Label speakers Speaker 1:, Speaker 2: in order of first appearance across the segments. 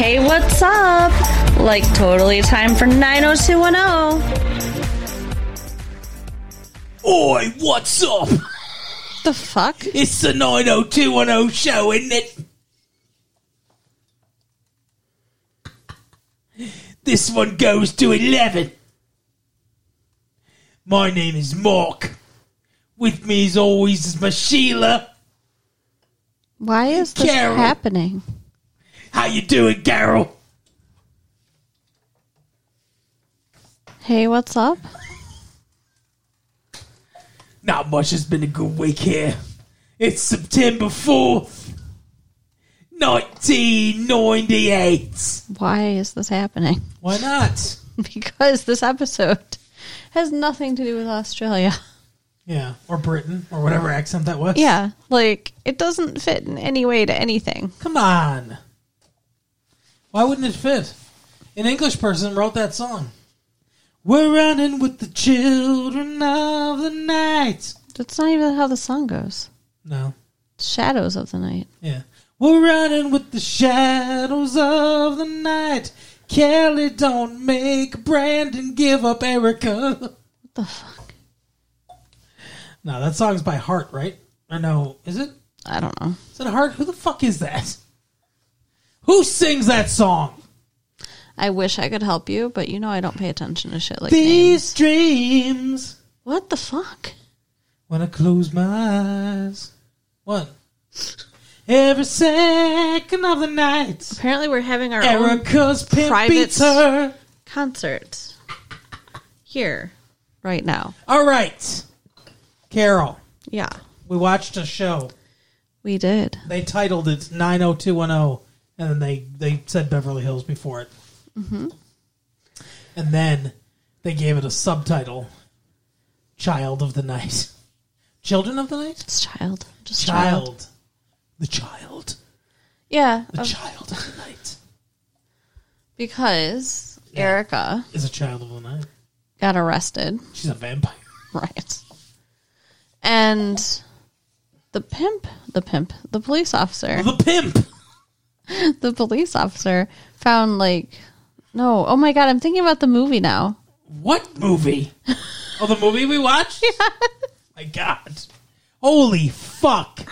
Speaker 1: Hey, what's up? Like, totally time for 90210.
Speaker 2: Oi, what's up?
Speaker 1: The fuck?
Speaker 2: It's the 90210 show, isn't it? This one goes to 11. My name is Mark. With me, as always, is my Sheila.
Speaker 1: Why is this
Speaker 2: Carol.
Speaker 1: happening?
Speaker 2: How you doing, Carol?
Speaker 1: Hey, what's up?
Speaker 2: Not much. It's been a good week here. It's September 4th, 1998.
Speaker 1: Why is this happening?
Speaker 2: Why not?
Speaker 1: Because this episode has nothing to do with Australia.
Speaker 2: Yeah, or Britain, or whatever accent that was.
Speaker 1: Yeah, like, it doesn't fit in any way to anything.
Speaker 2: Come on. Why wouldn't it fit? An English person wrote that song. We're running with the children of the night.
Speaker 1: That's not even how the song goes.
Speaker 2: No.
Speaker 1: Shadows of the night.
Speaker 2: Yeah. We're running with the shadows of the night. Kelly, don't make Brandon give up Erica.
Speaker 1: What the fuck?
Speaker 2: No, that song's by Heart, right? Or no, is it?
Speaker 1: I don't know.
Speaker 2: Is it Heart? Who the fuck is that? Who sings that song?
Speaker 1: I wish I could help you, but you know I don't pay attention to shit like names.
Speaker 2: These dreams.
Speaker 1: What the fuck?
Speaker 2: When I close my eyes. What? Every second of the night.
Speaker 1: Apparently, we're having our own
Speaker 2: Erica's pimp
Speaker 1: private-
Speaker 2: beats her.
Speaker 1: concert here right now.
Speaker 2: All right. Carol,
Speaker 1: Yeah,
Speaker 2: we watched a show.
Speaker 1: we did.
Speaker 2: They titled it 90210, and then they, they said Beverly Hills before it. Mm-hmm. And then they gave it a subtitle Child of the Night. Children of the Night?
Speaker 1: It's child, just child.
Speaker 2: Child. The child.
Speaker 1: Yeah,
Speaker 2: The
Speaker 1: of-
Speaker 2: child of the night.
Speaker 1: because Erica
Speaker 2: Is a child of the night.
Speaker 1: got arrested,
Speaker 2: She's a vampire.
Speaker 1: right? And the pimp, the pimp, the police officer,
Speaker 2: The pimp.
Speaker 1: the police officer found like no. Oh my god, I'm thinking about the movie now.
Speaker 2: What movie? oh, the movie we watched? My God. Holy fuck.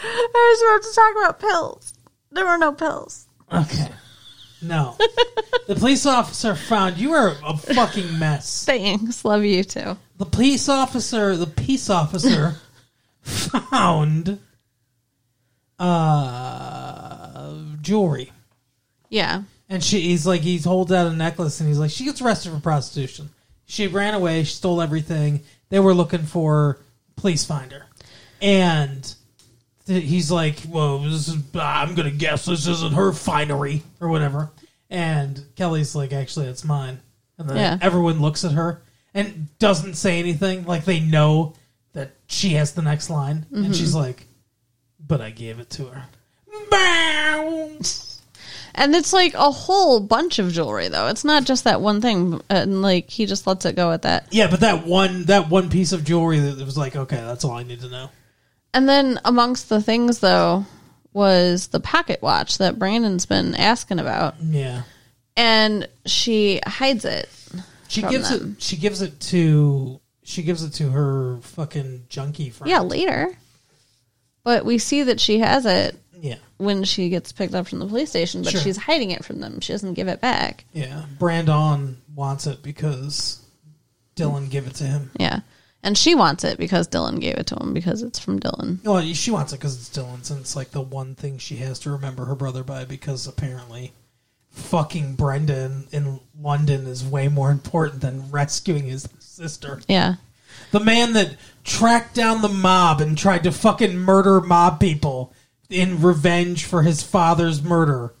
Speaker 1: I was about to talk about pills. There were no pills.
Speaker 2: Okay. No. the police officer found you are a fucking mess.
Speaker 1: Thanks. Love you too.
Speaker 2: The police officer, the peace officer found uh jewelry.
Speaker 1: Yeah.
Speaker 2: And she, he's like, he holds out a necklace, and he's like, she gets arrested for prostitution. She ran away. She stole everything. They were looking for her. Please find her. And th- he's like, well, this is, I'm gonna guess this isn't her finery or whatever. And Kelly's like, actually, it's mine. And then
Speaker 1: Yeah.
Speaker 2: everyone looks at her and doesn't say anything. Like they know that she has the next line, and she's like, but I gave it to her. Bow.
Speaker 1: And it's like a whole bunch of jewelry, though. It's not just that one thing. And like he just lets it go at that.
Speaker 2: Yeah, but that one that one piece of jewelry that was like, okay, that's all I need to know.
Speaker 1: And then amongst the things, though, was the pocket watch that Brandon's been asking about.
Speaker 2: Yeah.
Speaker 1: And she hides it.
Speaker 2: She
Speaker 1: From
Speaker 2: gives
Speaker 1: them.
Speaker 2: it she gives it to she gives it to her fucking junkie friend.
Speaker 1: Yeah, later. But we see that she has it
Speaker 2: Yeah.
Speaker 1: when she gets picked up from the police station, but
Speaker 2: Sure.
Speaker 1: she's hiding it from them. She doesn't give it back.
Speaker 2: Yeah. Brandon wants it because Dylan gave it to him.
Speaker 1: Yeah. And she wants it because Dylan gave it to him because it's from Dylan.
Speaker 2: Well, she wants it because it's Dylan's, and it's like the one thing she has to remember her brother by because apparently, fucking Brendan in London is way more important than rescuing his sister.
Speaker 1: Yeah.
Speaker 2: The man that tracked down the mob and tried to fucking murder mob people in revenge for his father's murder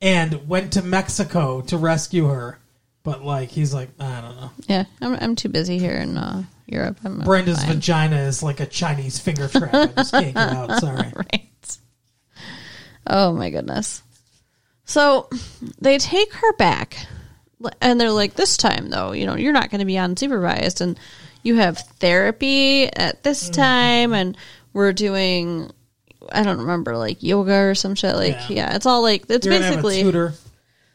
Speaker 2: and went to Mexico to rescue her. But, like, he's like, I don't know.
Speaker 1: Yeah. I'm, I'm too busy here in uh, Europe. I'm uh,
Speaker 2: Brenda's
Speaker 1: fine.
Speaker 2: vagina is like a Chinese finger trap. I just can't get out. Sorry.
Speaker 1: right. Oh my goodness. So they take her back and they're like, this time though, you know, you're not going to be unsupervised and
Speaker 2: Mm-hmm.
Speaker 1: you have therapy at this time and we're doing I don't remember like yoga or some shit. Like
Speaker 2: Yeah.
Speaker 1: yeah, it's all like it's
Speaker 2: You're gonna have a
Speaker 1: basically
Speaker 2: tutor.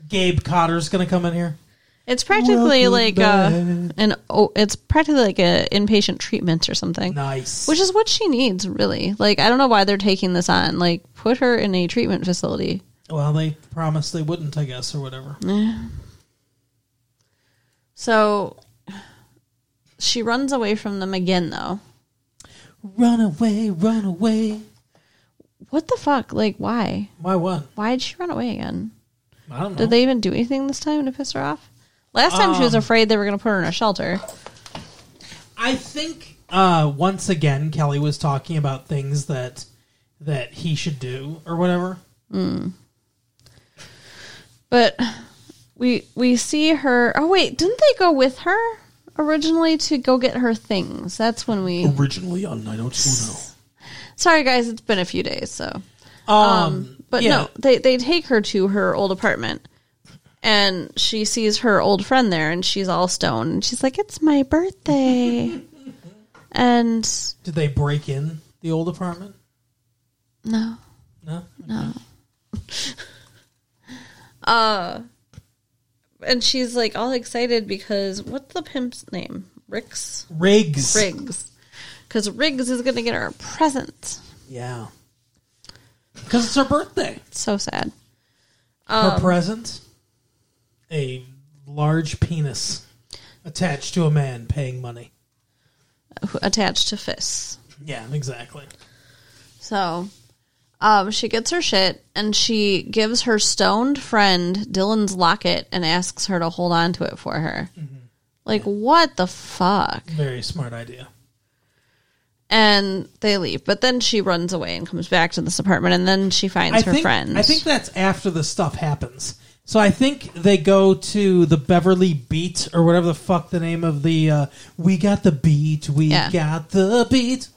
Speaker 2: Gabe Cotter's gonna come in here.
Speaker 1: it's practically
Speaker 2: Welcome
Speaker 1: like
Speaker 2: back.
Speaker 1: uh, an oh, it's practically like a inpatient treatment or something.
Speaker 2: Nice.
Speaker 1: Which is what she needs, really. Like, I don't know why they're taking this on. Like, put her in a treatment facility.
Speaker 2: well, they promised they wouldn't, I guess, or whatever.
Speaker 1: Mm. So she runs away from them again, though.
Speaker 2: Run away, run away.
Speaker 1: What the fuck? Like, why?
Speaker 2: Why one?
Speaker 1: Why did she run away again?
Speaker 2: I don't know.
Speaker 1: Did they even do anything this time to piss her off? Last time she was afraid they were going to put her in a shelter.
Speaker 2: I think uh, once again Kelly was talking about things that that he should do or whatever.
Speaker 1: But we we see her. Oh wait, didn't they go with her originally to go get her things? That's when we.
Speaker 2: Oh.
Speaker 3: Originally on 90210.
Speaker 1: Sorry guys, it's been a few days, so
Speaker 2: Um,
Speaker 1: But
Speaker 2: yeah.
Speaker 1: no, they they take her to her old apartment, and she sees her old friend there, and she's all stoned, and she's like, "It's my birthday," and
Speaker 2: Did they break in the old apartment?
Speaker 1: no,
Speaker 2: No.
Speaker 1: and she's like all excited because what's the pimp's name? Ricks
Speaker 2: Riggs.
Speaker 1: Riggs, because Riggs is gonna get her a present.
Speaker 2: Yeah. Because it's her birthday.
Speaker 1: It's so sad.
Speaker 2: her present. A large penis attached to a man paying money.
Speaker 1: Attached to fists.
Speaker 2: Yeah, exactly.
Speaker 1: So um, she gets her shit and she gives her stoned friend Dylan's locket and asks her to hold on to it for her.
Speaker 2: Mm-hmm.
Speaker 1: Like, what the fuck?
Speaker 2: Very smart idea.
Speaker 1: And they leave. But then she runs away and comes back to this apartment and then she finds
Speaker 2: I
Speaker 1: her
Speaker 2: think,
Speaker 1: friend.
Speaker 2: I think that's after the stuff happens. So I think they go to the Beverly Beat or whatever the fuck the name of the uh, we got the beat, we
Speaker 1: Yeah.
Speaker 2: got the beat.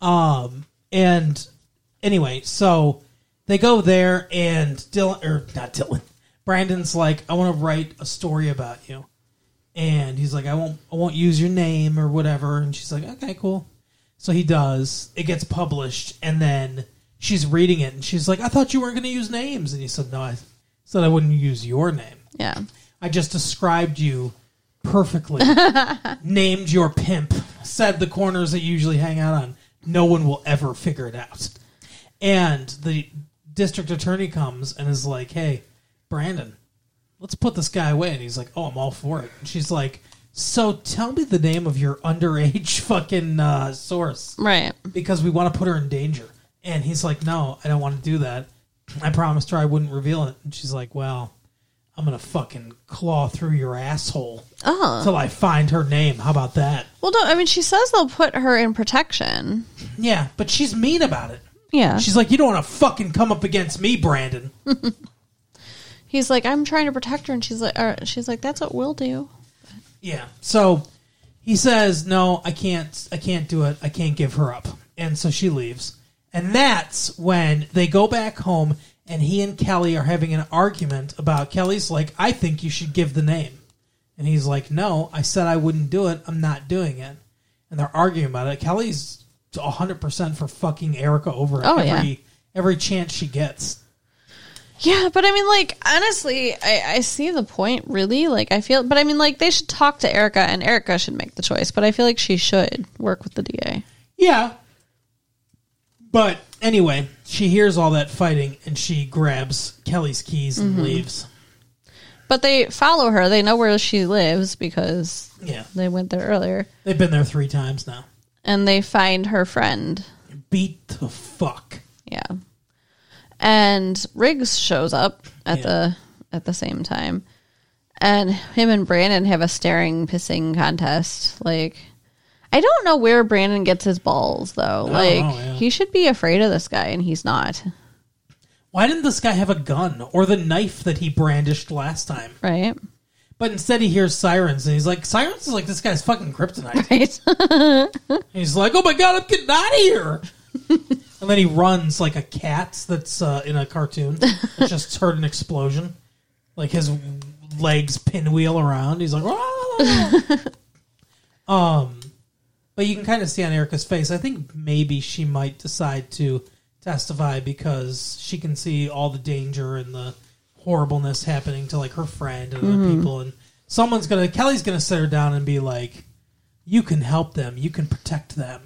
Speaker 2: Um and anyway, so they go there and Dylan or not Dylan. Brandon's like, I want to write a story about you. And he's like, I won't I won't use your name or whatever. And she's like, Okay, cool. So he does. It gets published, and then she's reading it, and she's like, "I thought you weren't going to use names." And he said, "No, I said I wouldn't use your name.
Speaker 1: yeah.
Speaker 2: I just described you perfectly. Named your pimp. Said the corners that you usually hang out on. No one will ever figure it out." And the district attorney comes and is like, "Hey, Brandon, let's put this guy away." And he's like, "Oh, I'm all for it." And she's like. So tell me the name of your underage fucking uh, source
Speaker 1: Right.
Speaker 2: because we want to put her in danger. And he's like, no, I don't want to do that. I promised her I wouldn't reveal it. And she's like, well, I'm going to fucking claw through your asshole
Speaker 1: Oh.
Speaker 2: till I find her name. How about that?
Speaker 1: Well, no, I mean, she says they'll put her in protection.
Speaker 2: Yeah, but she's mean about it.
Speaker 1: Yeah.
Speaker 2: She's like, you don't want to fucking come up against me, Brandon.
Speaker 1: He's like, I'm trying to protect her. And she's like, or she's like, that's what we'll do.
Speaker 2: Yeah. So he says, "No, I can't. I can't do it. I can't give her up." And so she leaves. And that's when they go back home, and he and Kelly are having an argument about Kelly's like, "I think you should give the name," and he's like, "No, I said I wouldn't do it. I'm not doing it." And they're arguing about it. Kelly's 100 percent for fucking Erica over
Speaker 1: Oh,
Speaker 2: every
Speaker 1: yeah.
Speaker 2: every chance she gets.
Speaker 1: Yeah, but I mean, like, honestly, I, I see the point, really. Like, I feel, but I mean, like, they should talk to Erica and Erica should make the choice, but I feel like she should work with the DA.
Speaker 2: Yeah. But anyway, she hears all that fighting and she grabs Kelly's keys and leaves.
Speaker 1: But they follow her, they know where she lives because
Speaker 2: Yeah.
Speaker 1: they went there earlier,
Speaker 2: They've been there three times now.
Speaker 1: and they find her friend.
Speaker 2: Beat the fuck.
Speaker 1: Yeah. And Riggs shows up at
Speaker 2: Yeah.
Speaker 1: the at the same time. And him and Brandon have a staring pissing contest. Like I don't know where Brandon gets his balls though. like
Speaker 2: know, yeah.
Speaker 1: he should be afraid of this guy and he's not,
Speaker 2: Why didn't this guy have a gun or the knife that he brandished last time?
Speaker 1: right?
Speaker 2: But instead he hears sirens and he's like, Sirens is like this guy's fucking kryptonite.
Speaker 1: Right?
Speaker 2: And he's like, Oh my god, I'm getting out of here. and then he runs like a cat that's uh, in a cartoon. That's just heard an explosion. Like his legs pinwheel around. He's like, "Ah." um, but you can kind of see on Erica's face. I think maybe she might decide to testify because she can see all the danger and the horribleness happening to like her friend and other people and someone's gonna kelly's gonna sit her down and be like you can help them you can protect them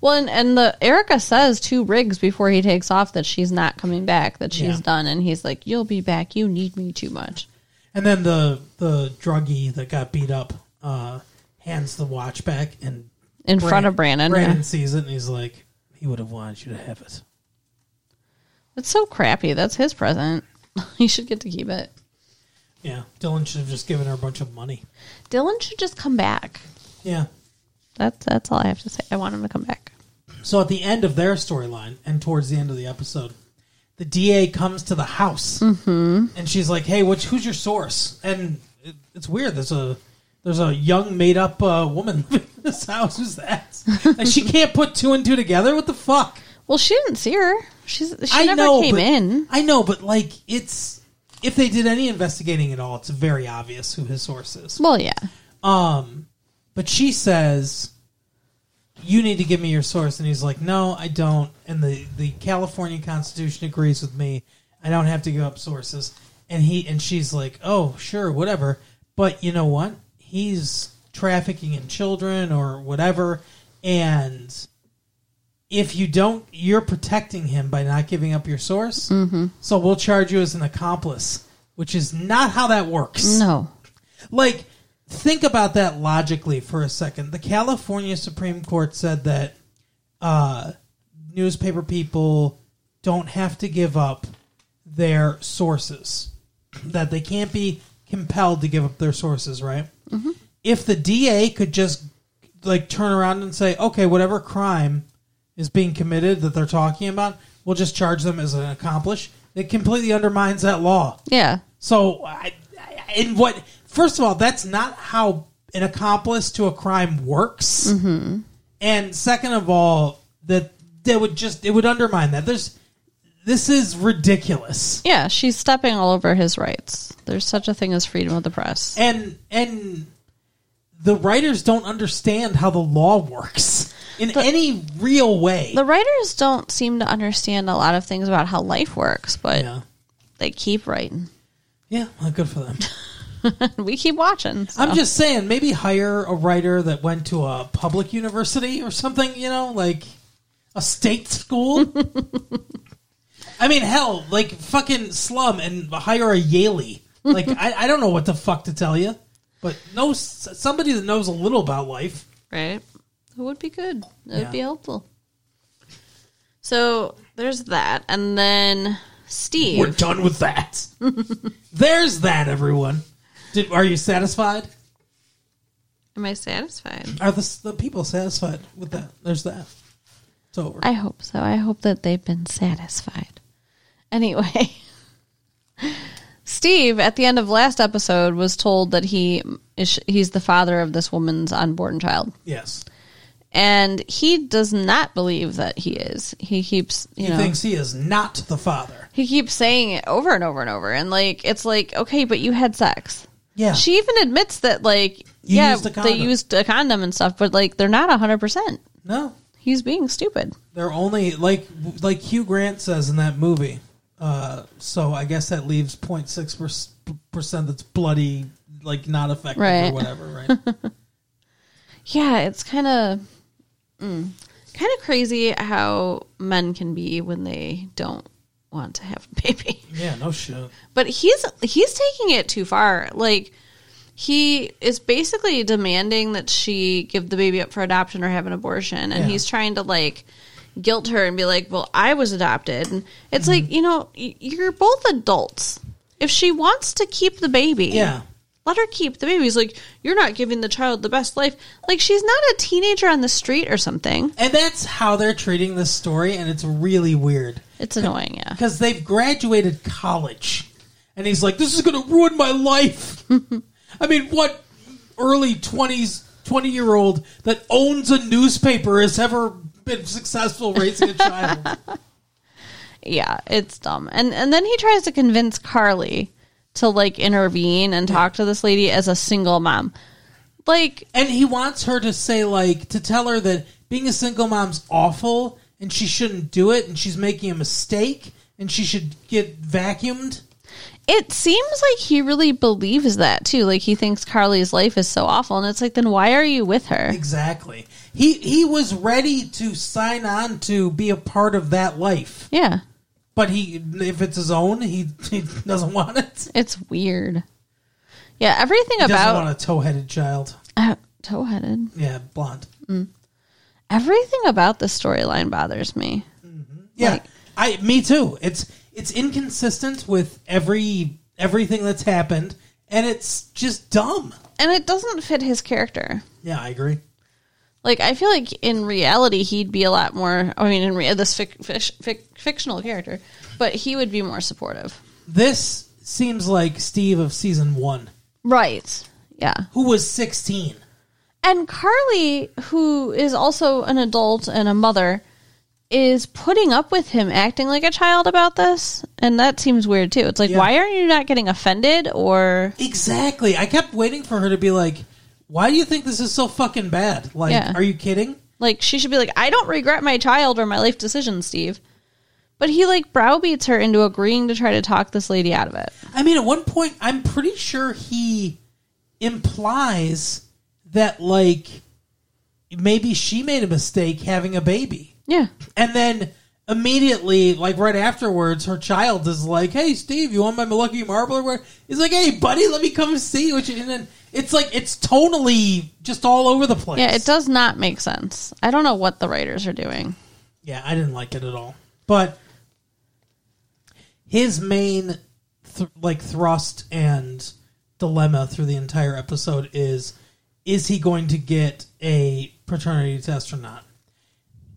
Speaker 1: Well, and, and the Erica says to Riggs before he takes off that she's not coming back, that she's
Speaker 2: Yeah.
Speaker 1: done, and he's like, "You'll be back. You need me too much."
Speaker 2: And then the the druggie that got beat up uh, hands the watch back and
Speaker 1: In front of Brandon,
Speaker 2: Brandon
Speaker 1: yeah.
Speaker 2: sees it and he's like, "He would have wanted you to have it."
Speaker 1: That's so crappy. That's his present. he should get to keep it.
Speaker 2: Yeah, Dylan should have just given her a bunch of money.
Speaker 1: Dylan should just come back.
Speaker 2: Yeah.
Speaker 1: That's that's all I have to say. I want him to come back.
Speaker 2: So at the end of their storyline and towards the end of the episode, the DA comes to the house
Speaker 1: Mm-hmm.
Speaker 2: and she's like, "Hey, which who's your source?" And it, it's weird. There's a there's a young made up uh, woman living in this house. Who's that? like she can't put two and two together. What the fuck?
Speaker 1: Well, she didn't see her. She's she never came
Speaker 2: but,
Speaker 1: in.
Speaker 2: I know, but like it's if they did any investigating at all, it's very obvious who his source is.
Speaker 1: Well, yeah.
Speaker 2: Um, But she says, "You need to give me your source," and he's like, "No, I don't." And the the California Constitution agrees with me. I don't have to give up sources. And he and she's like, "Oh, sure, whatever." But you know what? He's trafficking in children or whatever, and if you don't, you're protecting him by not giving up your source. Mm-hmm. So we'll charge you as an accomplice, which is not how that works.
Speaker 1: No.
Speaker 2: Like, think about that logically for a second. The California Supreme Court said that uh, newspaper people don't have to give up their sources, that they can't be compelled to give up their sources, right? If the DA could just like turn around and say, okay, whatever crime is being committed that they're talking about, we'll just charge them as an accomplice. It completely undermines that law.
Speaker 1: Yeah.
Speaker 2: So, I, I, in what? First of all, that's not how an accomplice to a crime works. And second of all, that that would just it would undermine that. There's this is ridiculous.
Speaker 1: Yeah, she's stepping all over his rights. There's such a thing as freedom of the press.
Speaker 2: And and the writers don't understand how the law works in any real way.
Speaker 1: The writers don't seem to understand a lot of things about how life works, but
Speaker 2: yeah.
Speaker 1: they keep writing.
Speaker 2: Yeah, well, good for them.
Speaker 1: we keep watching. so.
Speaker 2: I'm just saying, maybe hire a writer that went to a public university or something, you know, like a state school. I mean, hell, like fucking slum and hire a Yaley. Like, I, I don't know what the fuck to tell you, but know s- somebody that knows a little about life.
Speaker 1: right? It would be good. It
Speaker 2: Yeah.
Speaker 1: would be helpful. So there's that, and then Steve.
Speaker 2: We're done with that. There's that, everyone. Did, are you satisfied?
Speaker 1: Am I satisfied?
Speaker 2: Are the, s- the people satisfied with that? There's that. It's over.
Speaker 1: I hope so. I hope that they've been satisfied. Anyway, Steve at the end of last episode was told that he is he's the father of this woman's unborn child,
Speaker 2: yes.
Speaker 1: and he does not believe that he is. He keeps you
Speaker 2: He
Speaker 1: know
Speaker 2: thinks he is not the father.
Speaker 1: he keeps saying it over and over and over, and like it's like okay, but you had sex.
Speaker 2: Yeah.
Speaker 1: She even admits that, like, yeah,
Speaker 2: used a
Speaker 1: they
Speaker 2: condom.
Speaker 1: used a condom and stuff, but like, they're not hundred percent.
Speaker 2: No,
Speaker 1: He's being stupid.
Speaker 2: they're only like like Hugh Grant says in that movie. Uh, so I guess that leaves 06 percent that's bloody, like not effective or
Speaker 1: Right.
Speaker 2: whatever, right?
Speaker 1: Yeah, it's kind of, kind of crazy how men can be when they don't want to have a baby.
Speaker 2: yeah, no shit.
Speaker 1: But he's he's taking it too far. Like, he is basically demanding that she give the baby up for adoption or have an abortion, and
Speaker 2: Yeah.
Speaker 1: he's trying to like guilt her and be like, "Well, I was adopted," and it's
Speaker 2: Mm-hmm.
Speaker 1: like you know y- you're both adults. If she wants to keep the baby,
Speaker 2: Yeah.
Speaker 1: let her keep the baby. He's like, "You're not giving the child the best life." Like she's not a teenager on the street or something.
Speaker 2: And that's how they're treating this story, and it's really weird
Speaker 1: It's annoying, yeah.
Speaker 2: because they've graduated college, and he's like, "This is going to ruin my life." I mean, what early twenties twenty year old that owns a newspaper has ever been successful raising a child?
Speaker 1: yeah it's dumb and and then he tries to convince carly to like intervene and talk to this lady as a single mom like
Speaker 2: And he wants her to say like to tell her that being a single mom's awful and she shouldn't do it, and she's making a mistake, and she should get vacuumed.
Speaker 1: It seems like he really believes that too. Like he thinks Carly's life is so awful, and it's like, then why are you with her?
Speaker 2: Exactly. He he was ready to sign on to be a part of that life,
Speaker 1: Yeah,
Speaker 2: but he if it's his own, he, he doesn't want it.
Speaker 1: it's weird. Yeah, everything
Speaker 2: He doesn't
Speaker 1: about
Speaker 2: want a toe-headed child.
Speaker 1: uh, toe-headed.
Speaker 2: Yeah, blonde.
Speaker 1: Everything about the storyline bothers me.
Speaker 2: Yeah,
Speaker 1: Like-
Speaker 2: I me too. It's it's inconsistent with every everything that's happened, and it's just dumb.
Speaker 1: and it doesn't fit his character.
Speaker 2: Yeah, I agree.
Speaker 1: Like I feel like in reality he'd be a lot more. I mean, in re- this fic- fish, fic- fictional character, but he would be more supportive.
Speaker 2: This seems like Steve of season one,
Speaker 1: Right. Yeah.
Speaker 2: who was sixteen.
Speaker 1: And Carly, who is also an adult and a mother, is putting up with him acting like a child about this, and that seems weird too. It's like,
Speaker 2: Yeah.
Speaker 1: why are you not getting offended? Or
Speaker 2: Exactly. I kept waiting for her to be like, "Why do you think this is so fucking bad? Like,
Speaker 1: Yeah.
Speaker 2: are you kidding?"
Speaker 1: like she should be like, I don't regret my child or my life decisions, Steve. But he like browbeats her into agreeing to try to talk this lady out of it.
Speaker 2: I mean, at one point, I'm pretty sure he implies that like maybe she made a mistake having a baby.
Speaker 1: Yeah.
Speaker 2: And then immediately, like right afterwards, her child is like, "Hey, Steve, you want my lucky marble?" Or whatever? He's like, "Hey, buddy, let me come see." Which and then it's like it's totally just all over the place.
Speaker 1: Yeah, it does not make sense. I don't know what the writers are doing.
Speaker 2: Yeah, I didn't like it at all. But his main th- like thrust and dilemma through the entire episode is is he going to get a paternity test or not?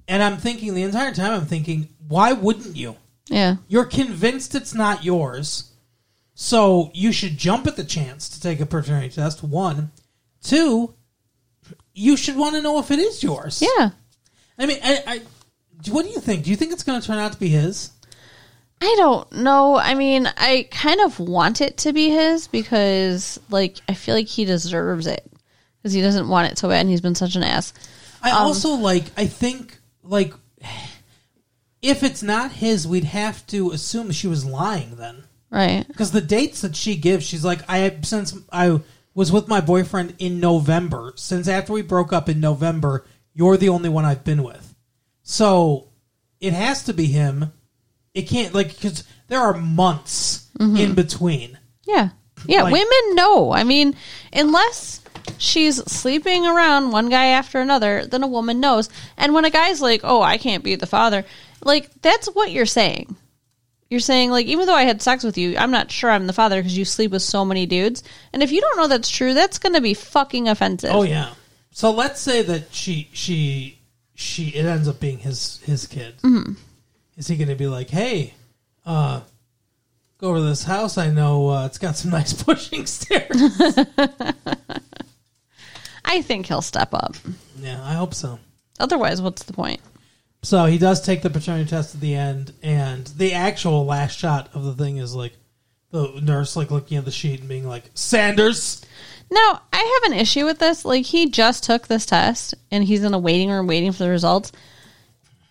Speaker 2: And I'm thinking the entire time I'm thinking, why wouldn't you?
Speaker 1: Yeah.
Speaker 2: You're convinced it's not yours. So you should jump at the chance to take a paternity test. One. Two, you should want to know if it is yours.
Speaker 1: Yeah.
Speaker 2: I mean, I, I do- what do you think? Do you think it's going to turn out to be his?
Speaker 1: I don't know. I mean, I kind of want it to be his because like I feel like he deserves it cuz he doesn't want it so bad and he's been such an ass.
Speaker 2: I also like. I think like if it's not his, we'd have to assume she was lying then,
Speaker 1: Right.
Speaker 2: because the dates that she gives, she's like, I since I was with my boyfriend in November. Since after we broke up in November, you're the only one I've been with. So it has to be him. It can't like because there are months in between.
Speaker 1: Yeah. Yeah,
Speaker 2: Like-
Speaker 1: women know. I mean, unless she's sleeping around one guy after another, then a woman knows. And when a guy's like, "Oh, I can't be the father." Like that's what you're saying. You're saying like even though I had sex with you, I'm not sure I'm the father because you sleep with so many dudes. And if you don't know that's true, that's going to be fucking offensive.
Speaker 2: Oh yeah. So let's say that she she she it ends up being his his kid. Is he going to be like, hey, uh, go over to this house? I know uh, it's got some nice pushing stairs.
Speaker 1: I think he'll step up.
Speaker 2: yeah, I hope so.
Speaker 1: Otherwise, what's the point?
Speaker 2: So he does take the paternity test at the end, and the actual last shot of the thing is like the nurse like looking at the sheet and being like, Sanders.
Speaker 1: Now, I have an issue with this. Like, he just took this test and he's in a waiting room waiting for the results.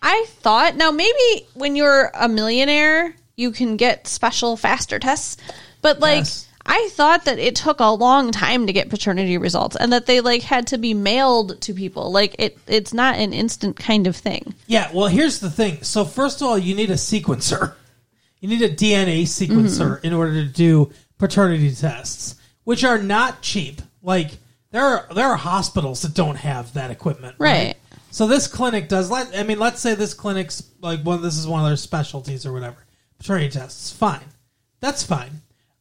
Speaker 1: I thought, now, maybe when you're a millionaire, you can get special, faster tests. But, like,
Speaker 2: Yes.
Speaker 1: I thought that it took a long time to get paternity results and that they, like, had to be mailed to people. Like, it, it's not an instant kind of thing.
Speaker 2: Yeah, well, here's the thing. So first of all, you need a sequencer. You need a DNA sequencer in order to do paternity tests, which are not cheap. Like there are there are hospitals that don't have that equipment,
Speaker 1: Right.
Speaker 2: So this clinic does. Let I mean, let's say this clinic's like one. This is one of their specialties or whatever. Paternity tests, fine. That's fine.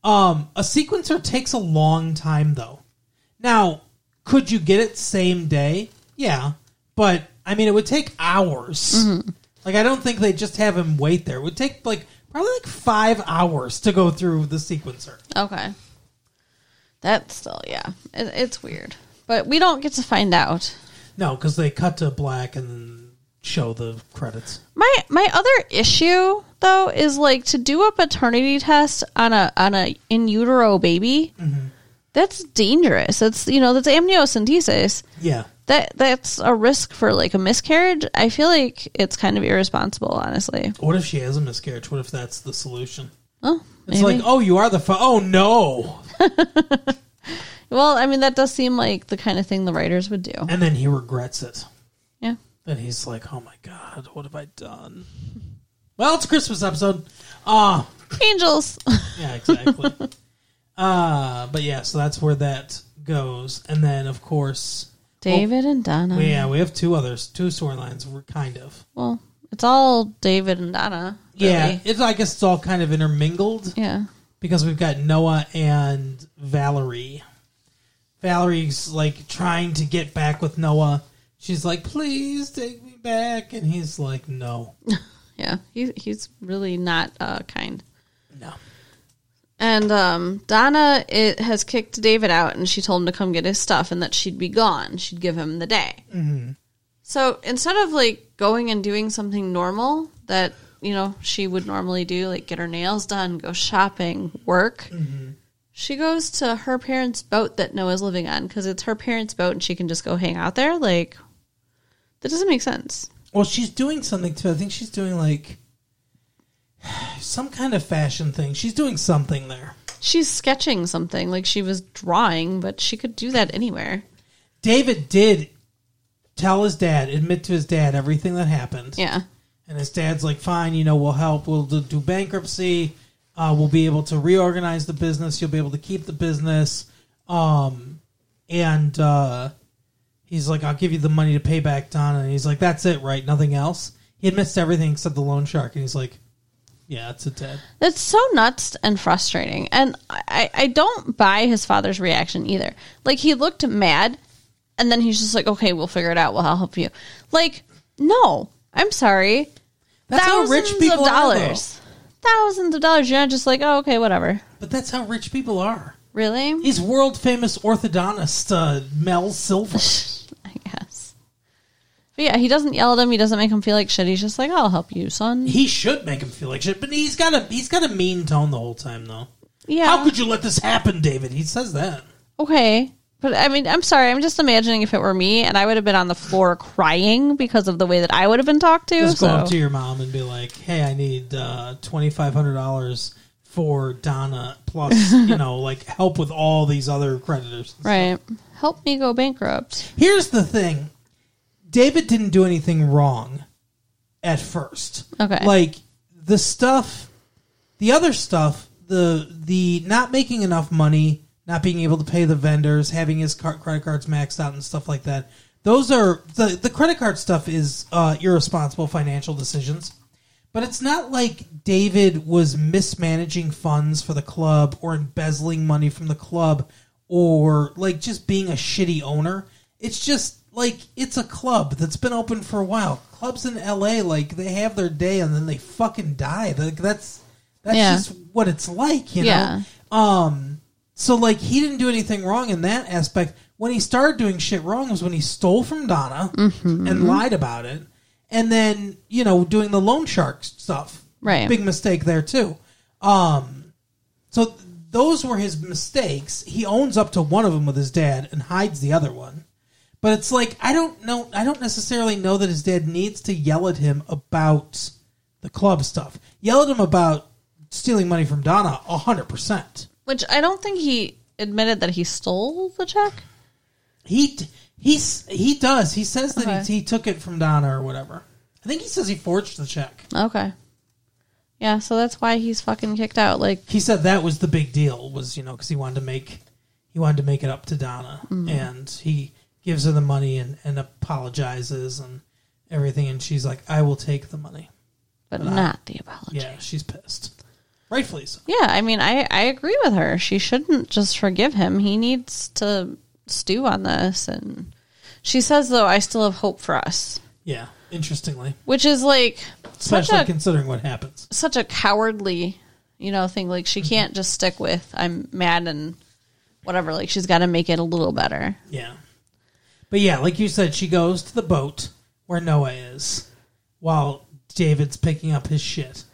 Speaker 2: Um, a sequencer takes a long time though. Now, could you get it same day? Yeah, but I mean, it would take hours. Like, I don't think they just have him wait there. It would take like probably like five hours to go through the sequencer.
Speaker 1: Okay. That's still, yeah. It, it's weird. But we don't get to find out.
Speaker 2: No, because they cut to black and then show the credits.
Speaker 1: My my other issue though is like to do a paternity test on a on a in
Speaker 2: Mm-hmm.
Speaker 1: utero baby. That's dangerous. That's you know that's amniocentesis.
Speaker 2: Yeah,
Speaker 1: that that's a risk for like a miscarriage. I feel like it's kind of irresponsible, honestly.
Speaker 2: What if she has a miscarriage? What if that's the solution?
Speaker 1: Oh,
Speaker 2: It's
Speaker 1: maybe.
Speaker 2: like, oh, you are the fa- oh no,
Speaker 1: well, I mean, that does seem like the kind of thing the writers would do.
Speaker 2: and then he regrets it.
Speaker 1: Yeah.
Speaker 2: And he's like, oh my god, what have I done? Well, it's a Christmas episode. Ah,
Speaker 1: Angels.
Speaker 2: yeah, exactly. uh, but yeah, so that's where that goes, and then of course,
Speaker 1: David and Donna.
Speaker 2: we- yeah, we have two others, two storylines, we're kind of.
Speaker 1: Well, it's all David and Donna. really.
Speaker 2: Yeah, it's I guess it's all kind of intermingled.
Speaker 1: Yeah.
Speaker 2: because we've got Noah and Valerie. Valerie's like trying to get back with Noah. She's like, "Please take me back," and he's like, "No,
Speaker 1: Yeah. He, he's really not uh, kind.
Speaker 2: no."
Speaker 1: And um, Donna it has kicked David out, and she told him to come get his stuff, and that she'd be gone. She'd give him the day. Mm-hmm. So instead of like going and doing something normal that you know she would normally do, like get her nails done, go shopping, work, she goes to her parents' boat that Noah's living on because it's her parents' boat, and she can just go hang out there. Like that doesn't make sense.
Speaker 2: Well, she's doing something too. I think she's doing like some kind of fashion thing. She's doing something there.
Speaker 1: She's sketching something, like she was drawing, but she could do that anywhere.
Speaker 2: David did tell his dad, admit to his dad everything that happened.
Speaker 1: Yeah.
Speaker 2: And his dad's like, fine, you know, we'll help. We'll do, do bankruptcy. Uh, we'll be able to reorganize the business. You'll be able to keep the business. Um, and uh, he's like, I'll give you the money to pay back Donna. And he's like, that's it, right? Nothing else? He admits to everything except the loan shark. And he's like, yeah, that's it, Dad.
Speaker 1: That's so nuts and frustrating. And I, I don't buy his father's reaction either. Like, he looked mad, and then he's just like, okay, we'll figure it out. Well, I'll help you. Like, no, I'm sorry.
Speaker 2: That's how rich people are. though.
Speaker 1: Thousands of dollars. You're not just like, oh, okay, whatever.
Speaker 2: But that's how rich people are.
Speaker 1: Really?
Speaker 2: He's world famous orthodontist uh, Mel Silver.
Speaker 1: I guess. But yeah, he doesn't yell at him. He doesn't make him feel like shit. He's just like, I'll help you, son.
Speaker 2: he should make him feel like shit, but he's got a he's got a mean tone the whole time though.
Speaker 1: Yeah.
Speaker 2: How could you let this happen, David? He says that.
Speaker 1: Okay. But I mean, I'm sorry. I'm just imagining if it were me and I would have been on the floor crying because of the way that I would have been talked to.
Speaker 2: Just go
Speaker 1: so.
Speaker 2: up to your mom and be like, "Hey, I need uh, twenty five hundred dollars for Donna plus you know like help with all these other creditors."
Speaker 1: right. Help me go bankrupt.
Speaker 2: Here's the thing: David didn't do anything wrong at first.
Speaker 1: Okay.
Speaker 2: like the stuff, the other stuff, the the not making enough money, not being able to pay the vendors, having his car- credit cards maxed out and stuff like that. Those are the the credit card stuff is uh, irresponsible financial decisions. But it's not like David was mismanaging funds for the club or embezzling money from the club or like just being a shitty owner. It's just like it's a club that's been open for a while. Clubs in LA like they have their day and then they fucking die. Like that's that's
Speaker 1: Yeah.
Speaker 2: just what it's like, you
Speaker 1: Yeah.
Speaker 2: know. Um so like he didn't do anything wrong in that aspect. When he started doing shit wrong was when he stole from Donna and lied about it, and then you know doing the loan shark stuff.
Speaker 1: Right.
Speaker 2: big mistake there too. Um, so th- those were his mistakes. He owns up to one of them with his dad and hides the other one. But it's like I don't know. I don't necessarily know that his dad needs to yell at him about the club stuff. Yell at him about stealing money from Donna, hundred percent.
Speaker 1: Which I don't think he admitted that he stole the check.
Speaker 2: He he's he does. He says that
Speaker 1: Okay.
Speaker 2: he, he took it from Donna or whatever. I think he says he forged the check.
Speaker 1: Okay. Yeah, so that's why he's fucking kicked out. Like,
Speaker 2: He said that was the big deal was you know because he wanted to make he wanted to make it up to Donna and he gives her the money and, and apologizes and everything and she's like I will take the money.
Speaker 1: but not the apology.
Speaker 2: Yeah, she's pissed. Rightfully so.
Speaker 1: Yeah, I mean, I, I agree with her. She shouldn't just forgive him. He needs to stew on this. And she says, though, I still have hope for us,
Speaker 2: Yeah, interestingly,
Speaker 1: which is like such
Speaker 2: especially
Speaker 1: a
Speaker 2: considering what happens.
Speaker 1: such a cowardly, you know, thing. Like
Speaker 2: Mm-hmm.
Speaker 1: she can't just stick with I'm mad and whatever. Like she's got to make it a little better.
Speaker 2: Yeah. But yeah, like you said, she goes to the boat where Noah is while David's picking up his shit.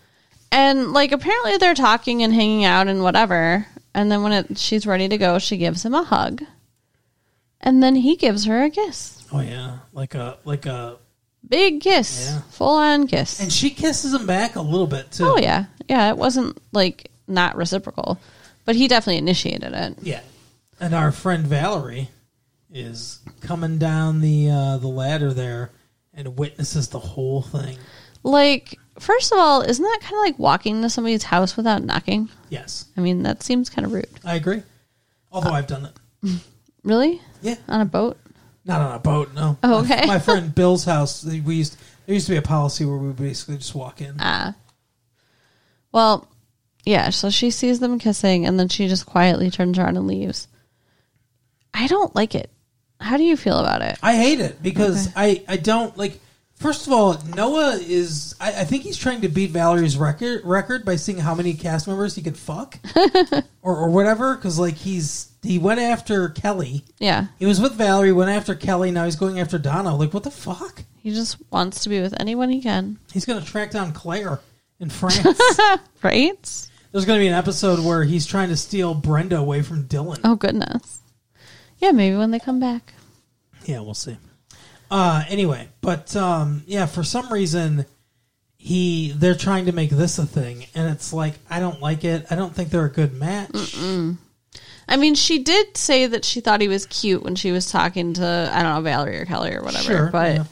Speaker 1: And like apparently they're talking and hanging out and whatever. And then when it, she's ready to go, she gives him a hug. And then he gives her a kiss.
Speaker 2: Oh yeah, like a like a,
Speaker 1: Big kiss.
Speaker 2: Yeah.
Speaker 1: Full on kiss.
Speaker 2: and she kisses him back a little bit too.
Speaker 1: oh, yeah. Yeah, it wasn't like not reciprocal, but he definitely initiated it.
Speaker 2: Yeah. And our friend Valerie is coming down the uh, the ladder there and witnesses the whole thing.
Speaker 1: Like, first of all, isn't that kind of like walking to somebody's house without knocking?
Speaker 2: Yes,
Speaker 1: I mean, that seems kind of rude.
Speaker 2: I agree. Although I've done it.
Speaker 1: Really?
Speaker 2: Yeah.
Speaker 1: On a boat?
Speaker 2: Not on a boat, no.
Speaker 1: Oh, okay.
Speaker 2: My friend Bill's house, they- we used there used to be a policy where we would basically just walk in.
Speaker 1: Ah. Well, yeah, so she sees them kissing and then she just quietly turns around and leaves. I don't like it. How do you feel about it?
Speaker 2: I hate it because I, I don't like. First of all, Noah is. I, I think he's trying to beat Valerie's record record by seeing how many cast members he could fuck, or or whatever. Because like he's he went after Kelly.
Speaker 1: Yeah.
Speaker 2: He was with Valerie, went after Kelly. Now he's going after Donna. Like what the fuck?
Speaker 1: He just wants to be with anyone he can.
Speaker 2: He's gonna track down Claire in France.
Speaker 1: Right?
Speaker 2: There's gonna be an episode where he's trying to steal Brenda away from Dylan.
Speaker 1: Oh goodness. Yeah, maybe when they come back.
Speaker 2: Yeah, we'll see. Uh, anyway, but um, yeah, for some reason, he they're trying to make this a thing, and it's like I don't like it. I don't think they're a good match.
Speaker 1: I mean, she did say that she thought he was cute when she was talking to I don't know Valerie or Kelly or whatever,
Speaker 2: Sure,
Speaker 1: but
Speaker 2: yeah.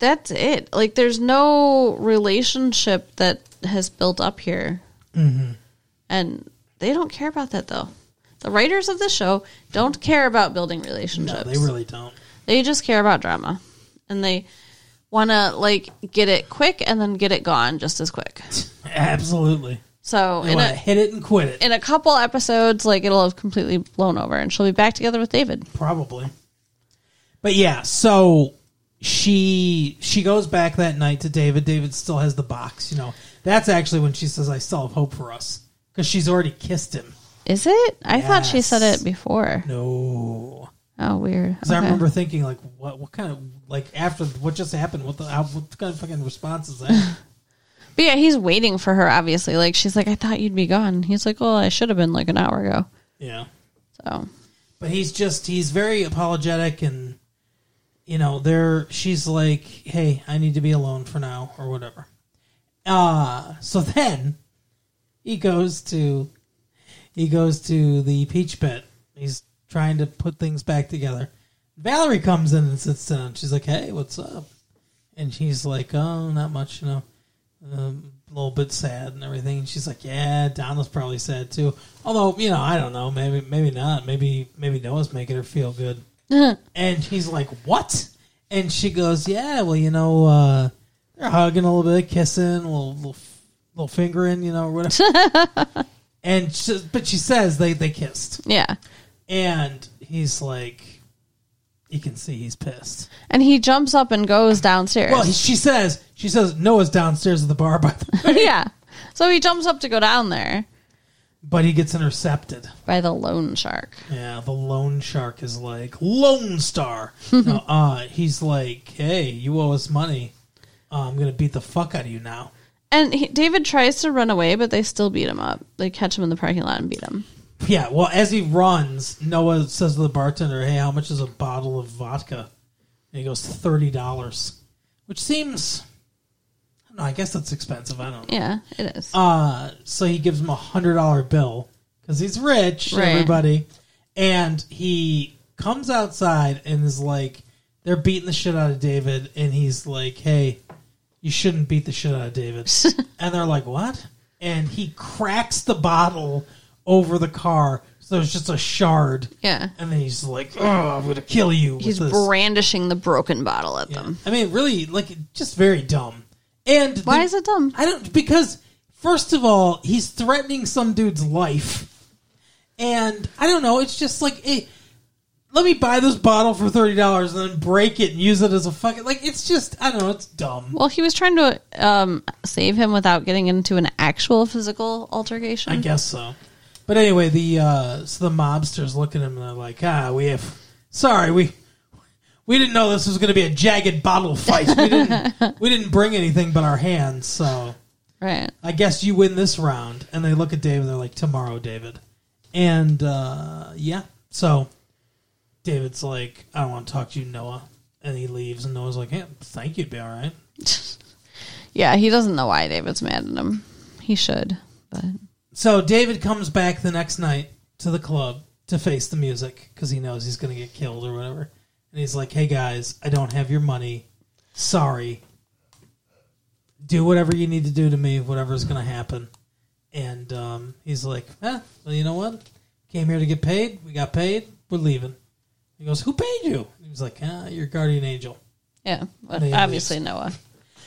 Speaker 1: that's it. Like, there's no relationship that has built up here,
Speaker 2: Mm-hmm.
Speaker 1: and they don't care about that though. The writers of the show don't care about building
Speaker 2: No,
Speaker 1: relationships.
Speaker 2: they really don't.
Speaker 1: They just care about drama, and they want to like get it quick and then get it gone just as quick.
Speaker 2: Absolutely,
Speaker 1: So
Speaker 2: they
Speaker 1: in
Speaker 2: want
Speaker 1: a
Speaker 2: to hit it and quit it.
Speaker 1: in a couple episodes, like it'll have completely blown over, and she'll be back together with David.
Speaker 2: Probably. But yeah, so she she goes back that night to David. David still has the box, you know. That's actually when she says, "I still have hope for us," because she's already kissed him.
Speaker 1: Is it? I thought she said
Speaker 2: Yes.
Speaker 1: it before.
Speaker 2: No,
Speaker 1: Oh, weird.
Speaker 2: because I
Speaker 1: Okay.
Speaker 2: remember thinking, like, what what kind of like after what just happened? What the how, what kind of fucking response is that?
Speaker 1: But yeah, he's waiting for her. Obviously, like she's like, I thought you'd be gone. He's like, Well, I should have been like an hour ago.
Speaker 2: yeah,
Speaker 1: So
Speaker 2: but he's just he's very apologetic and you know there she's like hey i need to be alone for now or whatever uh so then he goes to he goes to the peach pit he's trying to put things back together valerie comes in and sits down she's like hey what's up and she's like oh not much you know um, a little bit sad and everything. And she's like, "Yeah, Donna's probably sad too." Although, you know, I don't know. Maybe, maybe not. Maybe, maybe Noah's making her feel good. and he's like, "What?" And she goes, "Yeah, well, you know, uh, they're hugging a little bit, kissing, a little, little, little fingering, you know, or whatever." and she, but she says they they kissed,
Speaker 1: yeah,
Speaker 2: and he's like, "You can see he's pissed."
Speaker 1: and he jumps up and goes downstairs.
Speaker 2: Well, she says, she says Noah's downstairs at the bar, by the way,
Speaker 1: yeah, so he jumps up to go down there
Speaker 2: but he gets intercepted.
Speaker 1: by the loan shark.
Speaker 2: Yeah, the loan shark is like Lone Star. no, uh, he's like, hey, you owe us money. Uh, I'm gonna beat the fuck out of you now.
Speaker 1: And he, David tries to run away, but they still beat him up. They catch him in the parking lot and beat him.
Speaker 2: Yeah, well, as he runs, Noah says to the bartender, hey, how much is a bottle of vodka? And he goes thirty dollars, which seems. I don't know. I guess that's expensive. I don't know.
Speaker 1: Yeah, it is.
Speaker 2: Uh, so he gives him a hundred dollar bill because he's rich,
Speaker 1: Right.
Speaker 2: everybody. And he comes outside and is like, they're beating the shit out of David, and he's like, hey, you shouldn't beat the shit out of David. and they're like, what? And he cracks the bottle over the car, so it's just a shard.
Speaker 1: yeah,
Speaker 2: And then he's like, oh, I'm gonna kill you. with
Speaker 1: he's
Speaker 2: this.
Speaker 1: brandishing the broken bottle at them.
Speaker 2: I mean, really, like, just very dumb. And
Speaker 1: Why
Speaker 2: the-
Speaker 1: is it dumb?
Speaker 2: I don't because first of all, he's threatening some dude's life, and I don't know. It's just like, eh, let me buy this bottle for thirty dollars and then break it and use it as a fucking like. It's just I don't know. It's dumb.
Speaker 1: Well, he was trying to um, save him without getting into an actual physical altercation.
Speaker 2: I guess so. But anyway, the uh, so the mobsters look at him and they're like, ah, we have sorry we. We didn't know this was going to be a jagged bottle fight. We didn't. we didn't bring anything but our hands, so
Speaker 1: Right.
Speaker 2: I guess you win this round. And they look at David and they're like, tomorrow, David. And uh, yeah, so David's like, I don't want to talk to you, Noah. And he leaves, and Noah's like, hey, thank you, would be all right.
Speaker 1: Yeah, he doesn't know why David's mad at him. He should, but
Speaker 2: So David comes back the next night to the club to face the music because he knows he's going to get killed or whatever. And he's like, hey guys, I don't have your money. Sorry. Do whatever you need to do to me, whatever's going to happen. And um, he's like, eh, well, you know what? Came here to get paid. We got paid. We're leaving. He goes, who paid you? He was like, ah, your guardian angel.
Speaker 1: yeah, but
Speaker 2: They
Speaker 1: obviously Noah.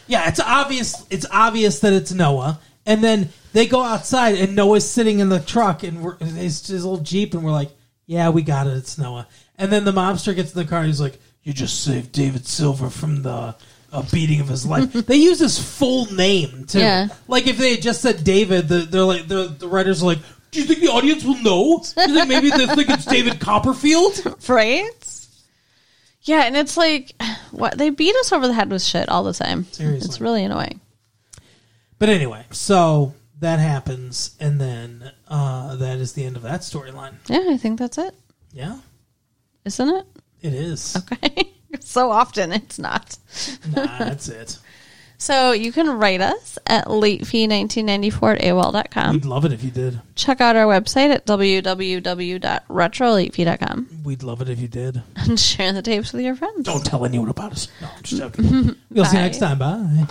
Speaker 2: Yeah, it's obvious. It's obvious that it's Noah. And then they go outside, and Noah's sitting in the truck and we're, his, his old jeep, and we're like, "Yeah, we got it. It's Noah." And then the mobster gets in the car, and he's like, "You just saved David Silver from the uh, beating of his life." they use his full name too.
Speaker 1: Yeah.
Speaker 2: Like if they had just said David, the, they're like the, the writers are like, "Do you think the audience will know? Do you think maybe they think it's David Copperfield?"
Speaker 1: Right? Yeah, and it's like what they beat us over the head with shit all the time.
Speaker 2: Seriously.
Speaker 1: It's really annoying.
Speaker 2: But anyway, so that happens, and then uh, that is the end of that storyline.
Speaker 1: Yeah, I think that's it.
Speaker 2: Yeah,
Speaker 1: Isn't it?
Speaker 2: it is.
Speaker 1: Okay. so often it's not.
Speaker 2: nah, that's it.
Speaker 1: So you can write us at latefee1994 at AOL.com.
Speaker 2: We'd love it if you did.
Speaker 1: Check out our website at www.retrolatefee.com
Speaker 2: We'd love it if you did.
Speaker 1: and share the tapes with your friends.
Speaker 3: Don't tell anyone about us.
Speaker 2: No, I'm just joking. we'll see you next time. Bye.